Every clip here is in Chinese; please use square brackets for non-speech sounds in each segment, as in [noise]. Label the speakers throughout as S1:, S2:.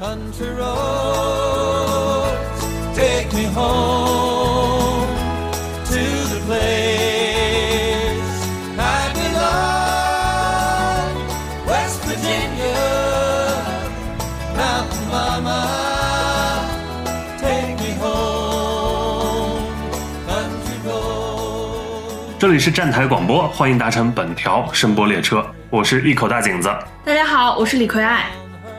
S1: country road. Take me home to the place I belong. West Virginia, Mountain Mama. Take me home, country road.
S2: 这里是站台广播，欢迎搭乘本条声波列车，我是一口大井子。
S3: 大家好，我是李逵爱。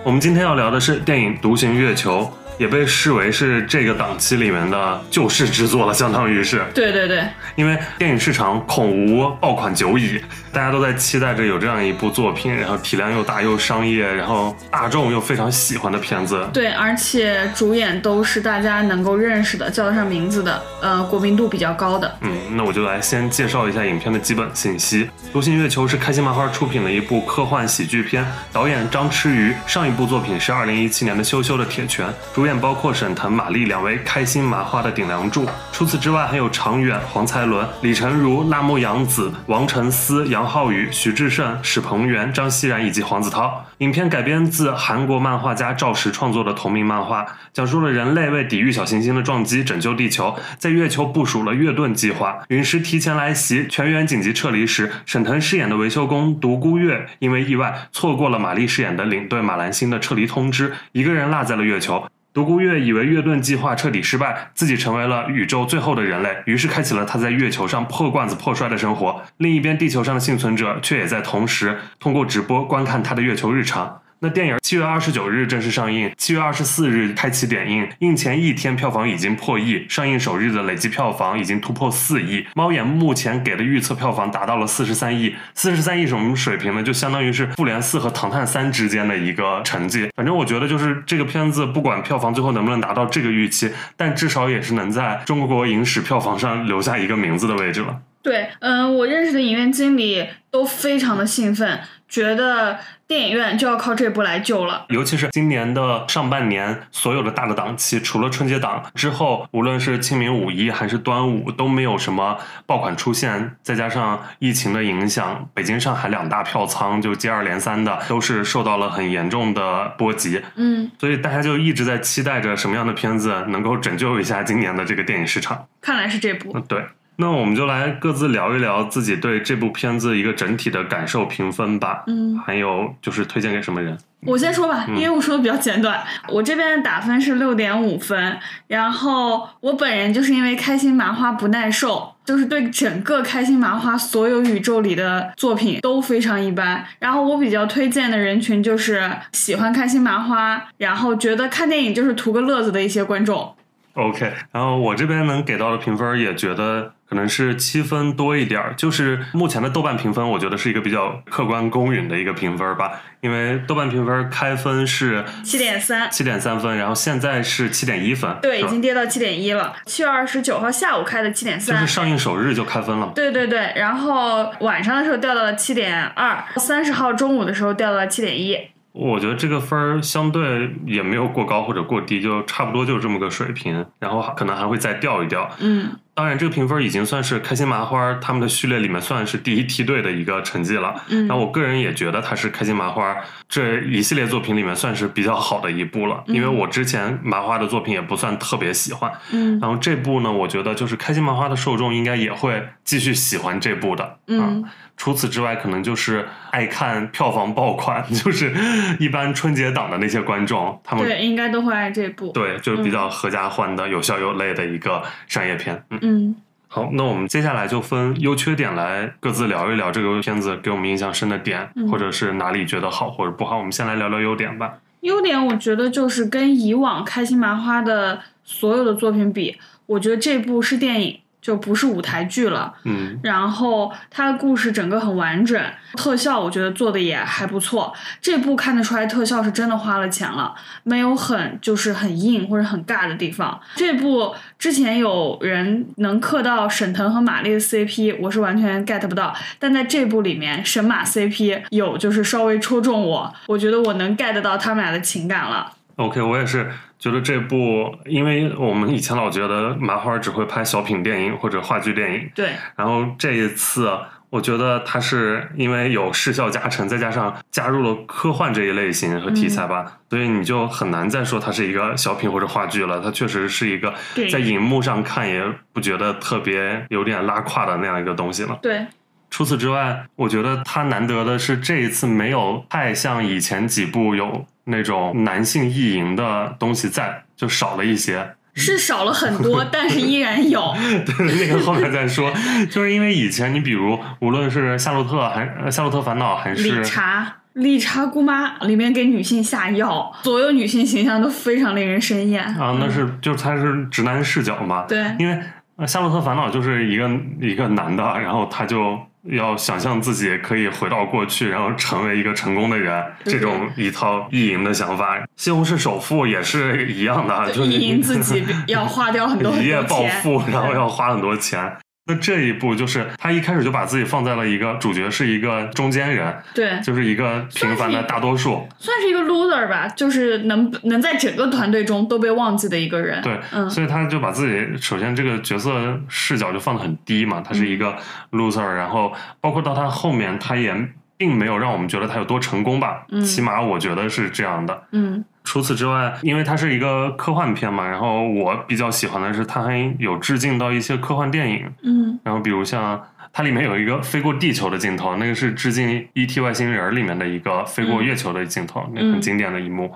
S2: 我们今天要聊的是电影《独行月球》，也被视为是这个档期里面的救世之作了，相当于是
S3: 对对对，
S2: 因为电影市场恐无爆款久矣，大家都在期待着有这样一部作品，然后体量又大又商业，然后大众又非常喜欢的片子。
S3: 对，而且主演都是大家能够认识的、叫得上名字的，呃，国民度比较高的。
S2: 嗯，那我就来先介绍一下影片的基本信息。《流星月球》是开心麻花出品的一部科幻喜剧片，导演张弛宇，上一部作品是2017年的《羞羞的铁拳》，主演包括沈腾、马丽两位开心麻花的顶梁柱。除此之外，还有常远、黄才伦、李成儒、辣目洋子、王晨思、杨浩宇、徐志胜、史鹏元、张熙然以及黄子韬。影片改编自韩国漫画家赵石创作的同名漫画，讲述了人类为抵御小行星的撞击拯救地球，在月球部署了月盾计划。陨石提前来袭，全员紧急撤离时，沈腾饰演的维修工独孤月因为意外错过了玛丽饰演的领队马兰星的撤离通知，一个人落在了月球。独孤月以为月盾计划彻底失败，自己成为了宇宙最后的人类，于是开启了他在月球上破罐子破摔的生活。另一边，地球上的幸存者却也在同时通过直播观看他的月球日常。那电影七月二十九日正式上映，七月二十四日开启点映，映前一天票房已经破亿，上映首日的累计票房已经突破四亿。猫眼目前给的预测票房达到了四十三亿，四十三亿什么水平呢？就相当于是《复联四》和《唐探三》之间的一个成绩。反正我觉得就是这个片子，不管票房最后能不能达到这个预期，但至少也是能在中国影史票房上留下一个名字的位置了。
S3: 对，嗯、我认识的影院经理都非常的兴奋，觉得电影院就要靠这部来救了。
S2: 尤其是今年的上半年，所有的大的档期，除了春节档之后，无论是清明、五一还是端午，都没有什么爆款出现。再加上疫情的影响，北京、上海两大票仓就接二连三的都是受到了很严重的波及，
S3: 嗯，
S2: 所以大家就一直在期待着什么样的片子能够拯救一下今年的这个电影市场。
S3: 看来是这部。
S2: 嗯，对。那我们就来各自聊一聊自己对这部片子一个整体的感受评分吧，
S3: 嗯，
S2: 还有就是推荐给什么人。
S3: 我先说吧，
S2: 嗯
S3: 因为我说的比较简短。我这边的打分是六点五分，然后我本人就是因为开心麻花不耐受，就是对整个开心麻花所有宇宙里的作品都非常一般。然后我比较推荐的人群就是喜欢开心麻花，然后觉得看电影就是图个乐子的一些观众。
S2: OK，然后我这边能给到的评分也觉得可能是七分多一点儿，就是目前的豆瓣评分，我觉得是一个比较客观公允的一个评分吧，因为豆瓣评分开分是
S3: 七点三，
S2: 七点三分，然后现在是七点一分，
S3: 对，
S2: 是
S3: 已
S2: 吧
S3: 经跌到七点一了。七月二十九号下午开的七点
S2: 就
S3: 三
S2: 是，上映首日就开分了嘛。
S3: 对对对，然后晚上的时候掉到了七点二，三十号中午的时候掉到了七点一。
S2: 我觉得这个分儿相对也没有过高或者过低，就差不多就是这么个水平，然后可能还会再掉一掉。
S3: 嗯，
S2: 当然，这个评分已经算是开心麻花他们的序列里面算是第一梯队的一个成绩了。
S3: 嗯
S2: 然后我个人也觉得它是开心麻花这一系列作品里面算是比较好的一部了，因为我之前麻花的作品也不算特别喜欢。
S3: 嗯
S2: 然后这部呢，我觉得就是开心麻花的受众应该也会继续喜欢这部的。
S3: 嗯
S2: 啊除此之外，可能就是爱看票房爆款， [laughs] 就是一般春节档的那些观众，他们
S3: 嗯对，嗯应该都会爱这部。，
S2: 对就是比较合家欢的、有笑有泪的一个商业片。嗯，
S3: 嗯
S2: 好，那我们接下来就分优缺点来各自聊一聊这个片子给我们印象深的点，
S3: 嗯
S2: 或者是哪里觉得好或者不好。我们先来聊聊优点吧。
S3: 优点我觉得就是跟以往开心麻花的所有的作品比，我觉得这部是电影，就不是舞台剧了。
S2: 嗯，
S3: 然后它的故事整个很完整，特效我觉得做的也还不错。这部看得出来特效是真的花了钱了，没有很就是很硬或者很尬的地方。这部之前有人能磕到沈腾和马丽的 CP，我是完全 get 不到，但在这部里面沈马 CP 有就是稍微戳中我，我觉得我能 get 到他们俩的情感了。
S2: OK，我也是觉得这部，因为我们以前老觉得麻花只会拍小品电影或者话剧电影，
S3: 对，
S2: 然后这一次我觉得它是因为有视效加成，再加上加入了科幻这一类型和题材吧，所以你就很难再说它是一个小品或者话剧了。它确实是一个
S3: 对
S2: 在荧幕上看也不觉得特别有点拉胯的那样一个东西了。
S3: 对，
S2: 除此之外，我觉得它难得的是这一次没有太像以前几部有那种男性意淫的东西在，就少了一些。
S3: 是少了很多，但是依然有。
S2: [laughs] 对，那个后面再说，就是因为以前你比如无论是夏洛特还呃夏洛特烦恼还
S3: 理
S2: 是
S3: 查，理查姑妈里面给女性下药，所有女性形象都非常令人生厌。
S2: 啊，那是就是他是直男视角嘛，
S3: 嗯对
S2: 因为呃夏洛特烦恼就是一个一个男的，然后他就要想象自己可以回到过去，然后成为一个成功的人，
S3: 对
S2: 这种一套意淫的想法。西红柿首富也是一样的，就是
S3: 意淫自
S2: [laughs]
S3: 己要花掉很多很
S2: 一夜
S3: 多
S2: 暴
S3: 钱，
S2: 富，然后要花很多钱。那这一步就是他一开始就把自己放在了一个主角是一个中间人，
S3: 对，
S2: 就是一个平凡的大多数。
S3: 算是一个 loser 吧，就是能能在整个团队中都被忘记的一个人。
S2: 对，
S3: 嗯，
S2: 所以他就把自己首先这个角色视角就放得很低嘛，他
S3: 嗯
S2: 是一个 loser，、然后包括到他后面，他也并没有让我们觉得他有多成功吧，
S3: 嗯
S2: 起码我觉得是这样的。
S3: 嗯，
S2: 除此之外，因为它是一个科幻片嘛，然后我比较喜欢的是它还有致敬到一些科幻电影，
S3: 嗯，
S2: 然后比如像它里面有一个飞过地球的镜头，那个是致敬《E.T. 外星人》里面的一个飞
S3: 嗯
S2: 过月球的镜头，那很经典的一幕。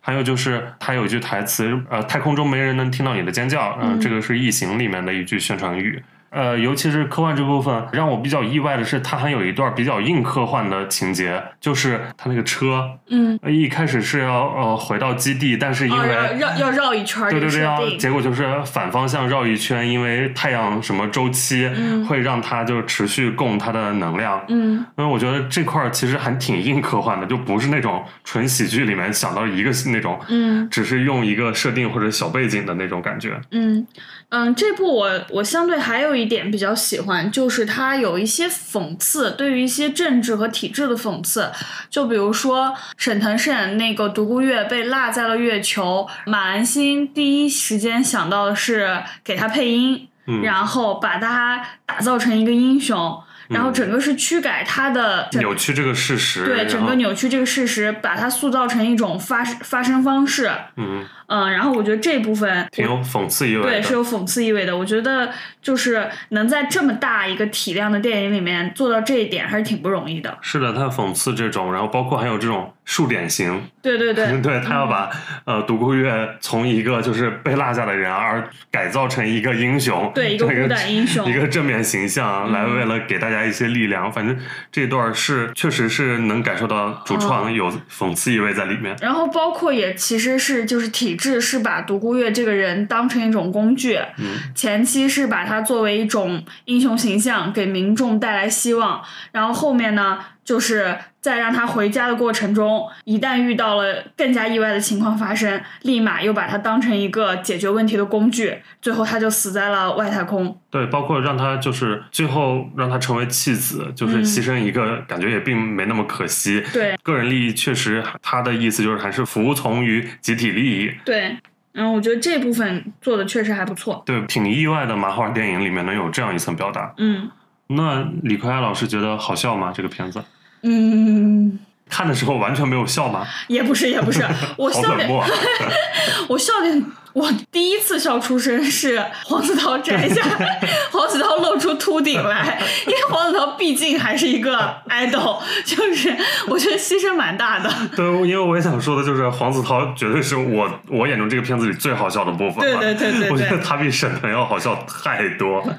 S2: 还有就是它有一句台词，呃，太空中没人能听到你的尖叫，嗯、
S3: 嗯
S2: 这个是《异形》里面的一句宣传语。呃，尤其是科幻这部分，让我比较意外的是，它还有一段比较硬科幻的情节，就是它那个车
S3: 嗯，
S2: 呃一开始是要呃回到基地，但是因
S3: 哦，
S2: 为、
S3: 要绕要绕一圈儿
S2: 对
S3: 这
S2: 对
S3: 个
S2: 对，要
S3: 设定，
S2: 结果就是反方向绕一圈，因为太阳什么周期
S3: 嗯
S2: 会让它就持续供它的能量。
S3: 嗯，
S2: 因为我觉得这块儿其实还挺硬科幻的，就不是那种纯喜剧里面想到一个那种，
S3: 嗯
S2: 只是用一个设定或者小背景的那种感觉。
S3: 嗯嗯，这部我我相对还有一点比较喜欢，就是它有一些讽刺，对于一些政治和体制的讽刺。就比如说沈腾饰演那个独孤月被落在了月球，马兰心第一时间想到的是给他配音，
S2: 嗯，
S3: 然后把他打造成一个英雄，然后整个是驱改他的整
S2: 嗯扭曲这个事实，
S3: 对
S2: 然
S3: 整个
S2: 后
S3: 扭曲这个事实，把它塑造成一种发发声方式。
S2: 嗯，
S3: 嗯，然后我觉得这部分
S2: 挺有讽刺意味的。
S3: 对，是有讽刺意味的。我觉得就是能在这么大一个体量的电影里面做到这一点，还是挺不容易的。
S2: 是的，他讽刺这种，然后包括还有这种数典型，
S3: 对对对，
S2: [laughs]
S3: 嗯
S2: 对他要把、呃独孤月从一个就是被落下的人，而改造成一个英雄，
S3: 对一个
S2: [laughs] 这
S3: 孤胆英雄
S2: 一个正面形象，
S3: 嗯
S2: 来为了给大家一些力量。反正这段是确实是能感受到
S3: 嗯
S2: 主创有讽刺意味在里面。
S3: 然后包括也其实是就是体制是把独孤月这个人当成一种工具，
S2: 嗯
S3: 前期是把它作为一种英雄形象给民众带来希望，然后后面呢就是在让他回家的过程中，一旦遇到了更加意外的情况发生，立马又把它当成一个解决问题的工具，最后他就死在了外太空。
S2: 对，包括让他就是最后让他成为弃子，就是
S3: 嗯
S2: 牺牲一个，感觉也并没那么可惜。
S3: 对
S2: 个人利益确实，他的意思就是还是服从于集体利益。
S3: 对，然后我觉得这部分做的确实还不错。
S2: 对，挺意外的，麻花电影里面能有这样一层表达。
S3: 嗯
S2: 那李逵爱老师觉得好笑吗？这个片子
S3: 嗯，
S2: 看的时候完全没有笑吗？
S3: 也不是也
S2: [laughs]
S3: 不是，我
S2: 好
S3: 笑
S2: 冷
S3: 点 [laughs]
S2: 漠啊。
S3: 我笑点，我第一次笑出声是黄子韬
S2: [laughs]
S3: 摘下黄子韬露出秃顶来，因为黄子韬毕竟还是一个 idol，就是我觉得牺牲蛮大的。
S2: 对，因为我也想说的就是黄子韬绝对是我我眼中这个片子里最好笑的部分
S3: 对
S2: 了。
S3: 对对对
S2: 我觉得
S3: 对，
S2: 他比沈腾要好笑太多了。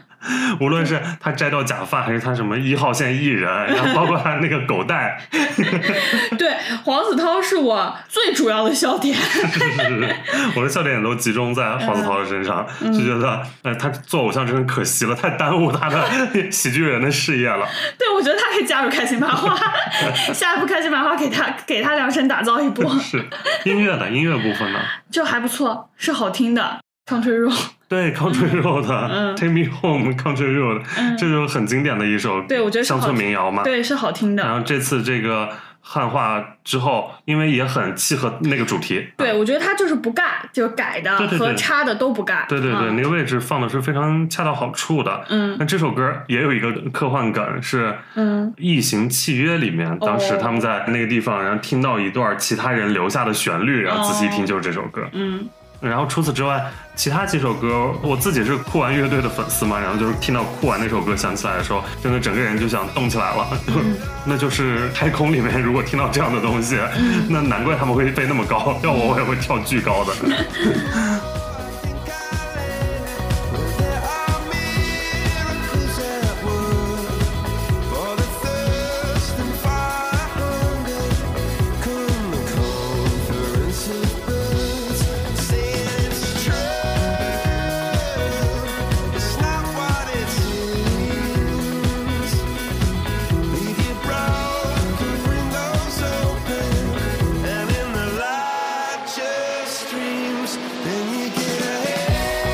S2: 无论是他摘掉假发，还是他什么一号线艺人，然后包括他那个狗带，
S3: 对黄子韬是我最主要的笑
S2: [laughs]
S3: 点。
S2: 是我的笑点也都集中在黄子韬的身上，
S3: 嗯
S2: 就觉得，哎，他做偶像真的可惜了，太耽误他的 [laughs] 喜剧人的事业了。
S3: 对，我觉得他可以加入开心麻花，
S2: [laughs]
S3: 下一部开心麻花给他给他量身打造一部。
S2: 是音乐的音乐部分呢？
S3: 就还不错，是好听的。唱吹肉，
S2: 对，Country Road 的、
S3: 嗯
S2: Take Me Home Country Road，、
S3: 嗯
S2: 这就是很经典的一首，
S3: 对我觉得是
S2: 乡村
S3: 好
S2: 民谣嘛。
S3: 对，是好听
S2: 然
S3: 的。
S2: 后这次这个汉化之后，因为也很契合那个主题。
S3: 对，我觉得他就是不尬，就是改的
S2: 对对对
S3: 和插的都不尬。
S2: 对对对，
S3: 嗯
S2: 那个位置放的是非常恰到好处的。
S3: 嗯
S2: 那这首歌也有一个科幻感，是
S3: 嗯
S2: 《异形契约》里
S3: 哦
S2: 面，当时他们在那个地方，然后听到一段其他人留下的旋律，然后仔细一听
S3: 哦
S2: 就是这首歌。
S3: 嗯
S2: 然后除此之外，其他几首歌，我自己是酷玩乐队的粉丝嘛，然后就是听到酷玩那首歌响起来的时候，真的整个人就想动起来了。
S3: 嗯
S2: [laughs] 那就是太空里面如果听到这样的东西， [laughs] 那难怪他们会飞那么高，要我我也会跳巨高
S3: [laughs]
S2: 的。
S1: There are miracles at work for the thirst and fire hunger. Come the conference of birds, say it's true. It's not what it seems. Leave your broken windows open, and in the light just dreams. Then you get ahead.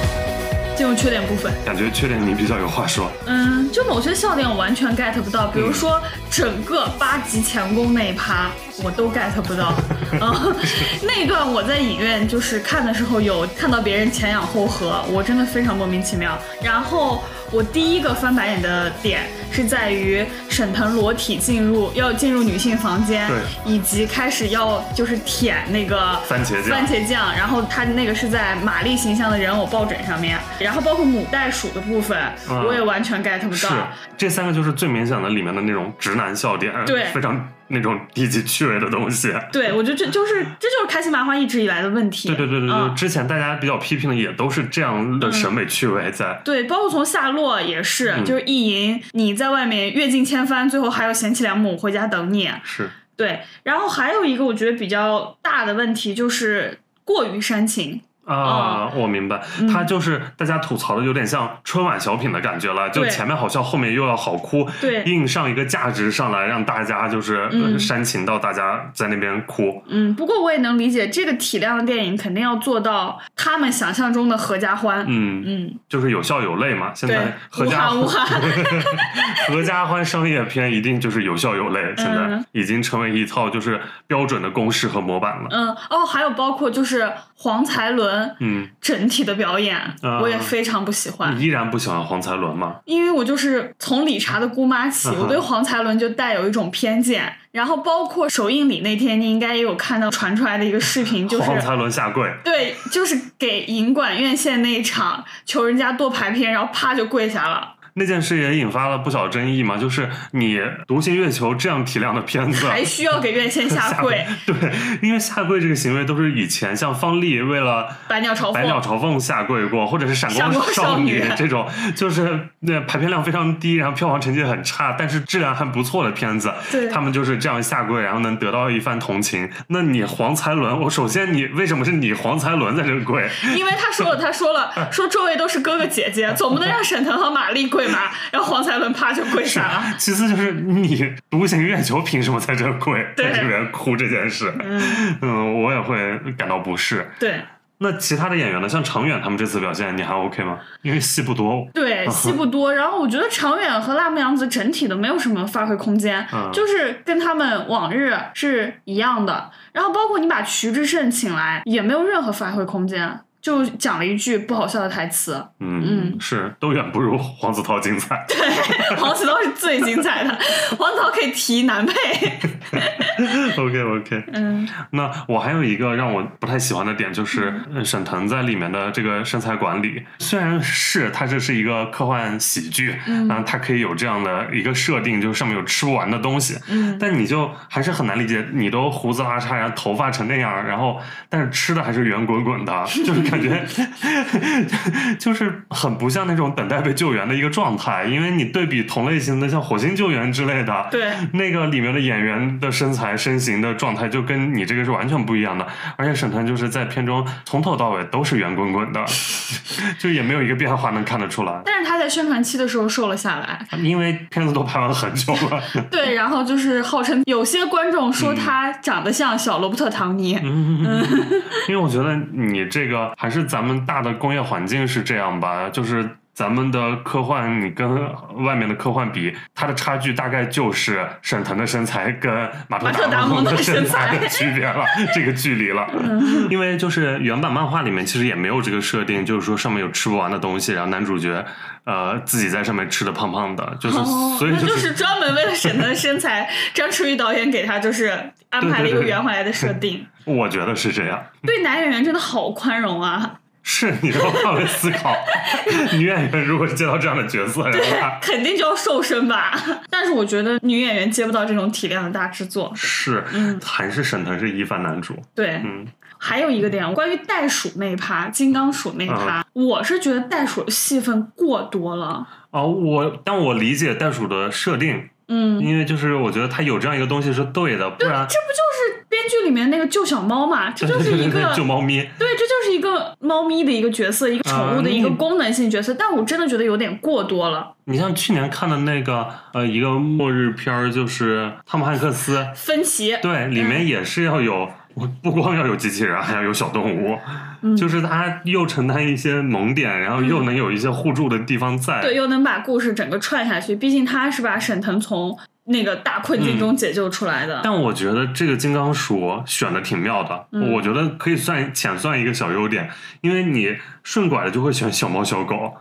S3: 进入缺点部分。
S2: 感觉确定你比较有话说。
S3: 嗯，就某些笑点我完全 get 不到，比如说整个八级前功那一趴我都 get 不到。嗯，那段我在影院就是看的时候有看到别人前仰后合，我真的非常莫名其妙。然后我第一个翻白眼的点是在于沈腾裸体进入要进入女性房间
S2: 对，
S3: 以及开始要就是舔那个
S2: 番茄酱
S3: 番茄酱，然后他那个是在玛丽形象的人偶抱枕上面，然后包括母袋鼠的部分，
S2: 嗯
S3: 我也完全 get 不
S2: 是
S3: 到。
S2: 这三个就是最明显的里面的那种直男笑点，
S3: 对
S2: 非常那种低级趣味的东西。
S3: 对，我觉得这就是这就是开心麻花一直以来的问题。
S2: 对对对对对，
S3: 嗯
S2: 之前大家比较批评的也都是这样的审美趣味在。
S3: 对，包括从夏洛也是，
S2: 嗯
S3: 就是意淫，你在外面阅尽千帆，最后还要贤妻良母回家等你。
S2: 是，
S3: 对，然后还有一个我觉得比较大的问题就是过于煽情。
S2: 啊，
S3: 哦
S2: 我明白，
S3: 嗯
S2: 他就是大家吐槽的有点像春晚小品的感觉了，就
S3: 对
S2: 前面好笑，后面又要好哭，
S3: 对
S2: 硬上一个价值上来，让大家就是
S3: 嗯
S2: 呃煽情到大家在那边哭。
S3: 嗯，不过我也能理解，这个体量的电影肯定要做到他们想象中的合家欢。
S2: 嗯，
S3: 嗯，
S2: 就是有笑有泪嘛。现
S3: 对
S2: 在，合
S3: 无
S2: 家
S3: 憾无憾。
S2: [laughs]
S3: [laughs]
S2: 合家欢商业片一定就是有笑有泪，现在
S3: 嗯
S2: 已经成为一套就是标准的公式和模板了。
S3: 嗯，哦，还有包括就是黄才伦
S2: 嗯，
S3: 整体的表演，
S2: 啊嗯
S3: 我也非常不喜欢，
S2: 你依然不喜欢黄才伦吗？
S3: 因为我就是从理查的姑妈起，
S2: 嗯哼
S3: 我对黄才伦就带有一种偏见。然后包括首映礼那天，你应该也有看到传出来的一个视频，就是
S2: 黄才伦下跪。
S3: 对，就是给银管院线那一场求人家剁排片，然后啪就跪下了，
S2: 那件事也引发了不小争议嘛，就是你《独行月球》这样体量的片子，
S3: 还需要给院
S2: [laughs]
S3: 线下跪，
S2: 对，因为下跪这个行为都是以前像方丽为了
S3: 百鸟朝
S2: 百鸟
S3: 凤。
S2: 朝凤下跪过，或者是闪光
S3: 闪光
S2: 少
S3: 少
S2: 女
S3: 女
S2: 这种，就是那排片量非常低，然后票房成绩很差，但是质量还不错的片子，
S3: 对
S2: 他们就是这样下跪，然后能得到一番同情。那你黄才伦，我首先你为什么是你黄才伦在这跪？
S3: 因为他说了，他说
S2: [laughs]
S3: 了，说周围都是哥哥姐姐，总不能让沈腾和马丽跪嘛，然后黄才伦啪就跪下了。
S2: [laughs] 其次就是你独行月球凭什么在这跪，
S3: 对
S2: 在这边哭这件事？
S3: 嗯，
S2: 嗯，我也会感到不适。
S3: 对
S2: 那其他的演员呢？像常远他们这次表现，你还 OK 吗？因为戏不多，
S3: 对，戏不多。然后我觉得常远和辣目洋子整体都没有什么发挥空间，
S2: 嗯
S3: 就是跟他们往日是一样的。然后包括你把徐志胜请来，也没有任何发挥空间，就讲了一句不好笑的台词。 [laughs]
S2: 嗯，
S3: 嗯
S2: 是都远不如黄子韬精彩。 [laughs]
S3: 黄子韬是最精彩的，黄子韬可以提男配。
S2: OK OK，
S3: 嗯
S2: 那我还有一个让我不太喜欢的点，就是
S3: 嗯
S2: 呃沈腾在里面的这个身材管理。虽然是他这是一个科幻喜剧，
S3: 嗯
S2: 然后他可以有这样的一个设定，就是上面有吃不完的东西，
S3: 嗯，
S2: 但你就还是很难理解，你都胡子拉碴，然后头发成那样，然后但是吃的还是圆滚滚的，就是感觉 [laughs] 就是很不像那种等待被救援的一个状态。因为你对比同类型的像《火星救援》之类的，
S3: 对。
S2: 那个里面的演员的身材、身形的状态就跟你这个是完全不一样的。而且沈腾就是在片中从头到尾都是圆滚滚的， [laughs] 就也没有一个变化能看得出来。
S3: 但是他在宣传期的时候瘦了下来，
S2: 因为片子都拍完很久了，
S3: 对，然后就是号称有些观众说他长得像小罗伯特·唐尼，
S2: 因为我觉得你这个还是咱们大的工业环境是这样吧，就是咱们的科幻，你跟外面的科幻比，它的差距大概就是沈腾的身材跟马特
S3: 马特达
S2: 蒙
S3: 蒙的
S2: 身
S3: 身
S2: 材
S3: 材嗯
S2: 的区别了，这个距离了。 [laughs] 因为就是原版漫画里面其实也没有这个设定，就是说上面有吃不完的东西，然后男主角呃自己在上面吃的胖胖的，就是、
S3: 哦，
S2: 所以
S3: 那
S2: 就是
S3: 专门为了沈腾的身材，张弛宇导演给他就是安排了一
S2: 对对
S3: 个
S2: 对
S3: 圆回来的设定，
S2: 我觉得是这样。
S3: 对男演员真的好宽容啊！
S2: 是你让我换位思考， [laughs] 女演员如果接到这样的角色，然后她
S3: 肯定就要瘦身吧？但是我觉得女演员接不到这种体量的大制作。
S2: 是，
S3: 嗯
S2: 还是沈腾是一番男主，
S3: 对，
S2: 嗯，
S3: 还有一个点，关于袋鼠那一趴，金刚鼠那一趴，
S2: 嗯
S3: 我是觉得袋鼠戏份过多了。
S2: 哦，我但我理解袋鼠的设定，
S3: 嗯，
S2: 因为就是我觉得它有这样一个东西是对的，不然
S3: 这不就是编剧里面那个救小猫嘛？这就是一
S2: 对对
S3: 个
S2: 对救猫咪，
S3: 对，这就是一个猫咪的一个角色，一个宠物的一个
S2: 啊那
S3: 功能性角色，但我真的觉得有点过多了。
S2: 你像去年看的那个呃一个末日片儿，就是汤姆汉克斯，
S3: 分歧，
S2: 对，里
S3: 嗯
S2: 面也是要有，不光要有机器人，还要有小动物，
S3: 嗯
S2: 就是它又承担一些萌点，然后又能有一些互助的地方在，
S3: 对，又能把故事整个串下去，毕竟他是把沈腾从那个大困境中解救出来的。
S2: 嗯但我觉得这个金刚鼠选的挺妙的，
S3: 嗯
S2: 我觉得可以算浅算一个小优点，因为你顺拐的就会选小猫小
S3: [laughs]
S2: 狗，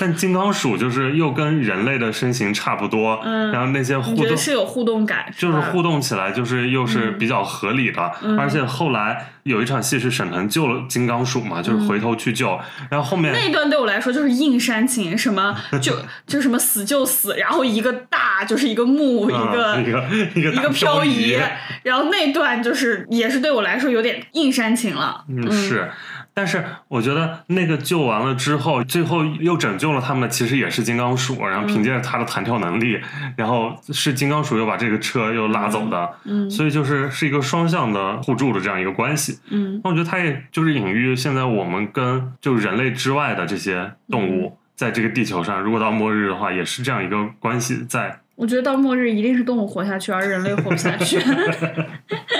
S2: 但金刚鼠就是又跟人类的身形差不多，
S3: 嗯
S2: 然后那些互
S3: 你觉
S2: 动
S3: 得是有互动感，
S2: 就是
S3: 吧
S2: 互动起来就是又是比较合理的，
S3: 嗯
S2: 而且后来有一场戏是沈腾救了金刚鼠嘛，就是回头去救，然后后面
S3: 那一段对我来说就是硬煽情，什么
S2: [laughs]
S3: 就就什么死就死，然后一个大就是一个木，一
S2: 嗯
S3: 个
S2: 一个一个
S3: 一个
S2: 大
S3: 漂
S2: 移
S3: 移，，然后那段就是也是对我来说有点硬煽情了。
S2: 嗯，是。但是我觉得那个救完了之后，最后又拯救了他们的其实也是金刚鼠，然后凭借着它的弹跳能力，然后是金刚鼠又把这个车又拉走的，
S3: 嗯
S2: 所以就是是一个双向的互助的这样一个关系。
S3: 嗯
S2: 那我觉得它也就是隐喻现在我们跟就人类之外的这些动物。在这个地球上，如果到末日的话，也是这样一个关系在。
S3: 我觉得到末日一定是动物活下去，而人类活不下 [laughs] 去。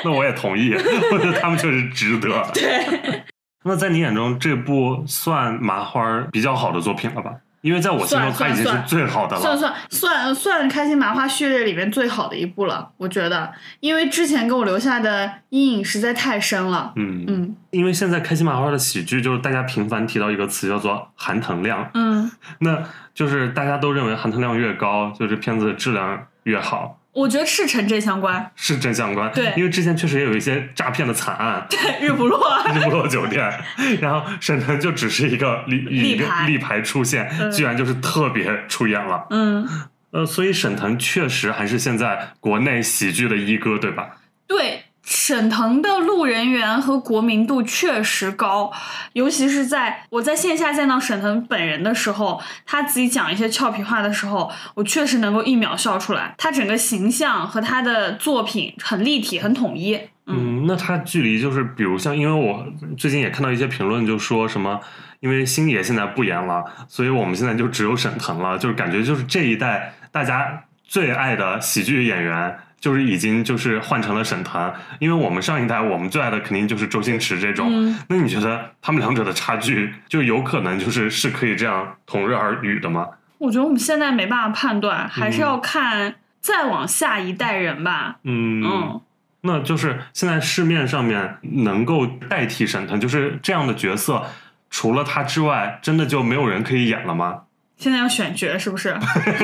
S2: 那我也同意，我觉得他们确实值得。
S3: [laughs] 对，
S2: 那在你眼中，这部算麻花儿比较好的作品了吧？因为在我心中，它
S3: 算
S2: 已经是
S3: 算
S2: 最好的了。
S3: 算算算算开心麻花序列里面最好的一部了，我觉得，因为之前给我留下的阴影实在太深了。
S2: 嗯，
S3: 嗯
S2: 因为现在开心麻花的喜剧，就是大家频繁提到一个词叫做“含糖量
S3: 嗯，”，
S2: 那就是大家都认为含糖量越高，就这片子的质量越好，
S3: 我觉得是成正相关， [laughs]
S2: 是正相关。
S3: 对
S2: 因为之前确实也有一些诈骗的惨案，
S3: 日不落。
S2: 日不落酒店，然后沈腾就只是一个立
S3: 立
S2: 一个
S3: 牌
S2: 立牌出现，
S3: 嗯
S2: 居然就是特别出演了。
S3: 嗯。
S2: 呃，所以沈腾确实还是现在国内喜剧的一哥，对吧？
S3: 对，沈腾的路人缘和国民度确实高，尤其是在我在线下见到沈腾本人的时候，他自己讲一些俏皮话的时候，我确实能够一秒笑出来。他整个形象和他的作品很立体，很统一。嗯
S2: 嗯，那他距离就是，比如像，因为我最近也看到一些评论，就说什么，因为星爷现在不演了，所以我们现在就只有沈腾了，就是感觉就是这一代大家最爱的喜剧演员，就是已经就是换成了沈腾，因为我们上一代我们最爱的肯定就是周星驰这种，
S3: 嗯
S2: 那你觉得他们两者的差距，就有可能就是是可以这样同日而语的吗？
S3: 我觉得我们现在没办法判断，还是要看再往下一代人吧。
S2: 嗯
S3: 嗯，
S2: 那就是现在市面上面能够代替沈腾，就是这样的角色，除了他之外，真的就没有人可以演了吗？ [laughs]
S3: 现在要选角是不是？ [laughs]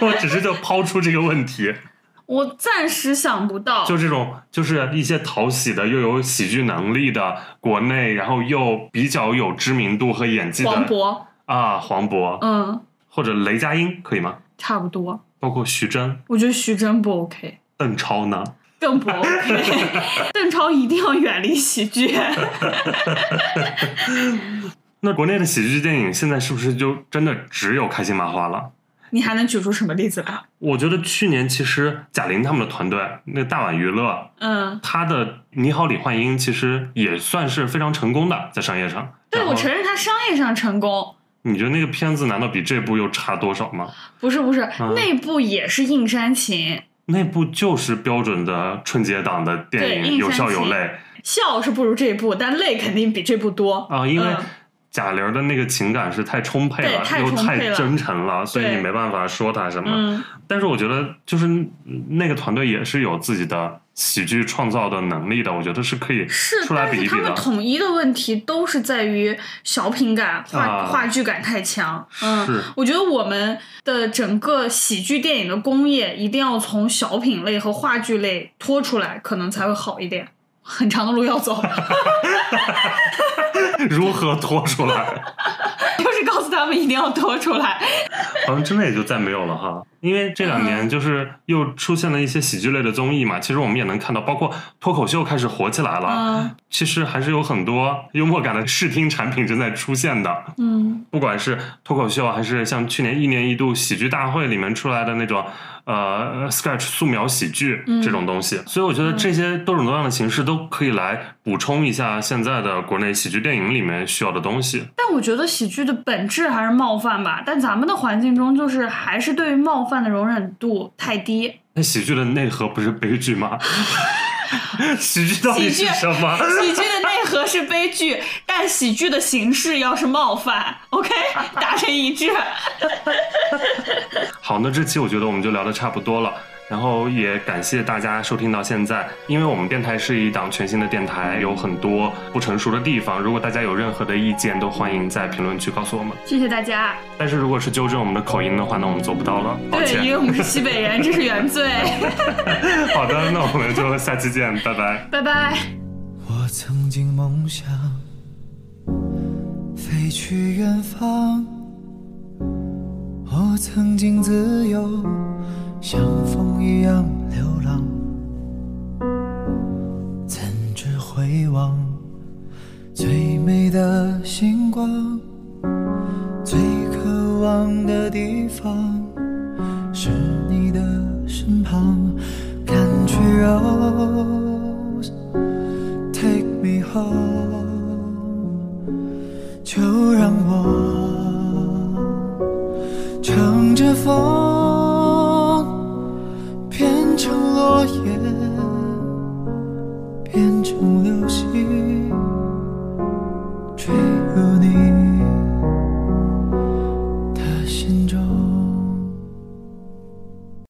S2: 我只是就抛出这个问题，
S3: 我暂时想不到。
S2: 就这种就是一些讨喜的又有喜剧能力的国内，然后又比较有知名度和演技的
S3: 黄渤，
S2: 啊，黄渤、
S3: 嗯，
S2: 或者雷佳音可以吗？
S3: 差不多。
S2: 包括徐峥、
S3: 我觉得徐峥不 OK。
S2: 邓超呢？
S3: 更不 OK。邓 [laughs] 超一定要远离
S2: [laughs]
S3: 喜剧。
S2: 那国内的喜剧电影现在是不是就真的只有开心麻花了？
S3: 你还能举出什么例子来？
S2: 我觉得去年其实贾玲他们的团队，那个大碗娱乐，
S3: 嗯，
S2: 他的《你好，李焕英》其实也算是非常成功的，在商业上。
S3: 对，
S2: 然后
S3: 我承认他商业上成功，
S2: 你觉得那个片子难道比这部又差多少吗？
S3: 不是不是，
S2: 嗯
S3: 那部也是硬煽情，
S2: 那部就是标准的春节档的电
S3: 对
S2: 影，
S3: 硬
S2: 有笑
S3: 煽
S2: 有
S3: 情
S2: 泪
S3: 笑是不如这部，但泪肯定比这部多
S2: 啊、因为
S3: 嗯
S2: 贾玲儿的那个情感是太充沛
S3: 对
S2: 了，
S3: 太
S2: 又
S3: 充
S2: 太
S3: 沛了
S2: 真诚了，所以
S3: 对
S2: 你没办法说她什么。
S3: 嗯，
S2: 但是我觉得，就是那个团队也是有自己的喜剧创造的能力的，我觉得是可以
S3: 是，
S2: 出来
S3: 但
S2: 比
S3: 是
S2: 一
S3: 他
S2: 比
S3: 们
S2: 的。
S3: 统一的问题都是在于小品感、话、
S2: 啊
S3: 话剧感太强。嗯
S2: 是，
S3: 我觉得我们的整个喜剧电影的工业一定要从小品类和话剧类拖出来，可能才会好一点。很长的路
S2: [laughs]
S3: 要走， [laughs]
S2: 如何拖出来？
S3: 就是告诉他们一定要拖出来。
S2: 好像真的也就再没有了哈。因为这两
S3: 嗯
S2: 年就是又出现了一些喜剧类的综艺嘛，其实我们也能看到，包括脱口秀开始火起来了，
S3: 嗯
S2: 其实还是有很多幽默感的视听产品正在出现的。
S3: 嗯
S2: 不管是脱口秀，还是像去年一年一度喜剧大会里面出来的那种呃 sketch 素描喜剧
S3: 嗯
S2: 这种东西，所以我觉得这些多种多样的形式都可以来补充一下现在的国内喜剧电影里面需要的东西。
S3: 但我觉得喜剧的本质还是冒犯吧，但咱们的环境中就是还是对于冒犯的容忍度太低。
S2: 那喜剧的内核不是悲剧
S3: [laughs]
S2: 吗？喜剧到底是
S3: 喜剧
S2: 什么？
S3: 喜剧的内核是悲剧，但喜剧的形式要是冒犯，OK，
S2: [laughs]
S3: 达成一致。
S2: 好，那这期我觉得我们就聊得差不多了。然后也感谢大家收听到现在，因为我们电台是一档全新的电台，有很多不成熟的地方。如果大家有任何的意见，都欢迎在评论区告诉我们。
S3: 谢谢大家。
S2: 但是如果是纠正我们的口音的话，那我们做不到了，抱
S3: 对，因
S2: 歉。
S3: 为我们是西北人，这是原罪。
S2: 好的，那我们就下期见，拜拜。
S3: [laughs] 拜拜。
S1: 我曾经梦想飞去远方，我曾经自由，像风一样流浪，怎知回望最美的星光，最渴望的地方是你的身旁，Country Roads。Take me home，就让我乘着风，变成落叶，变成流星，坠入你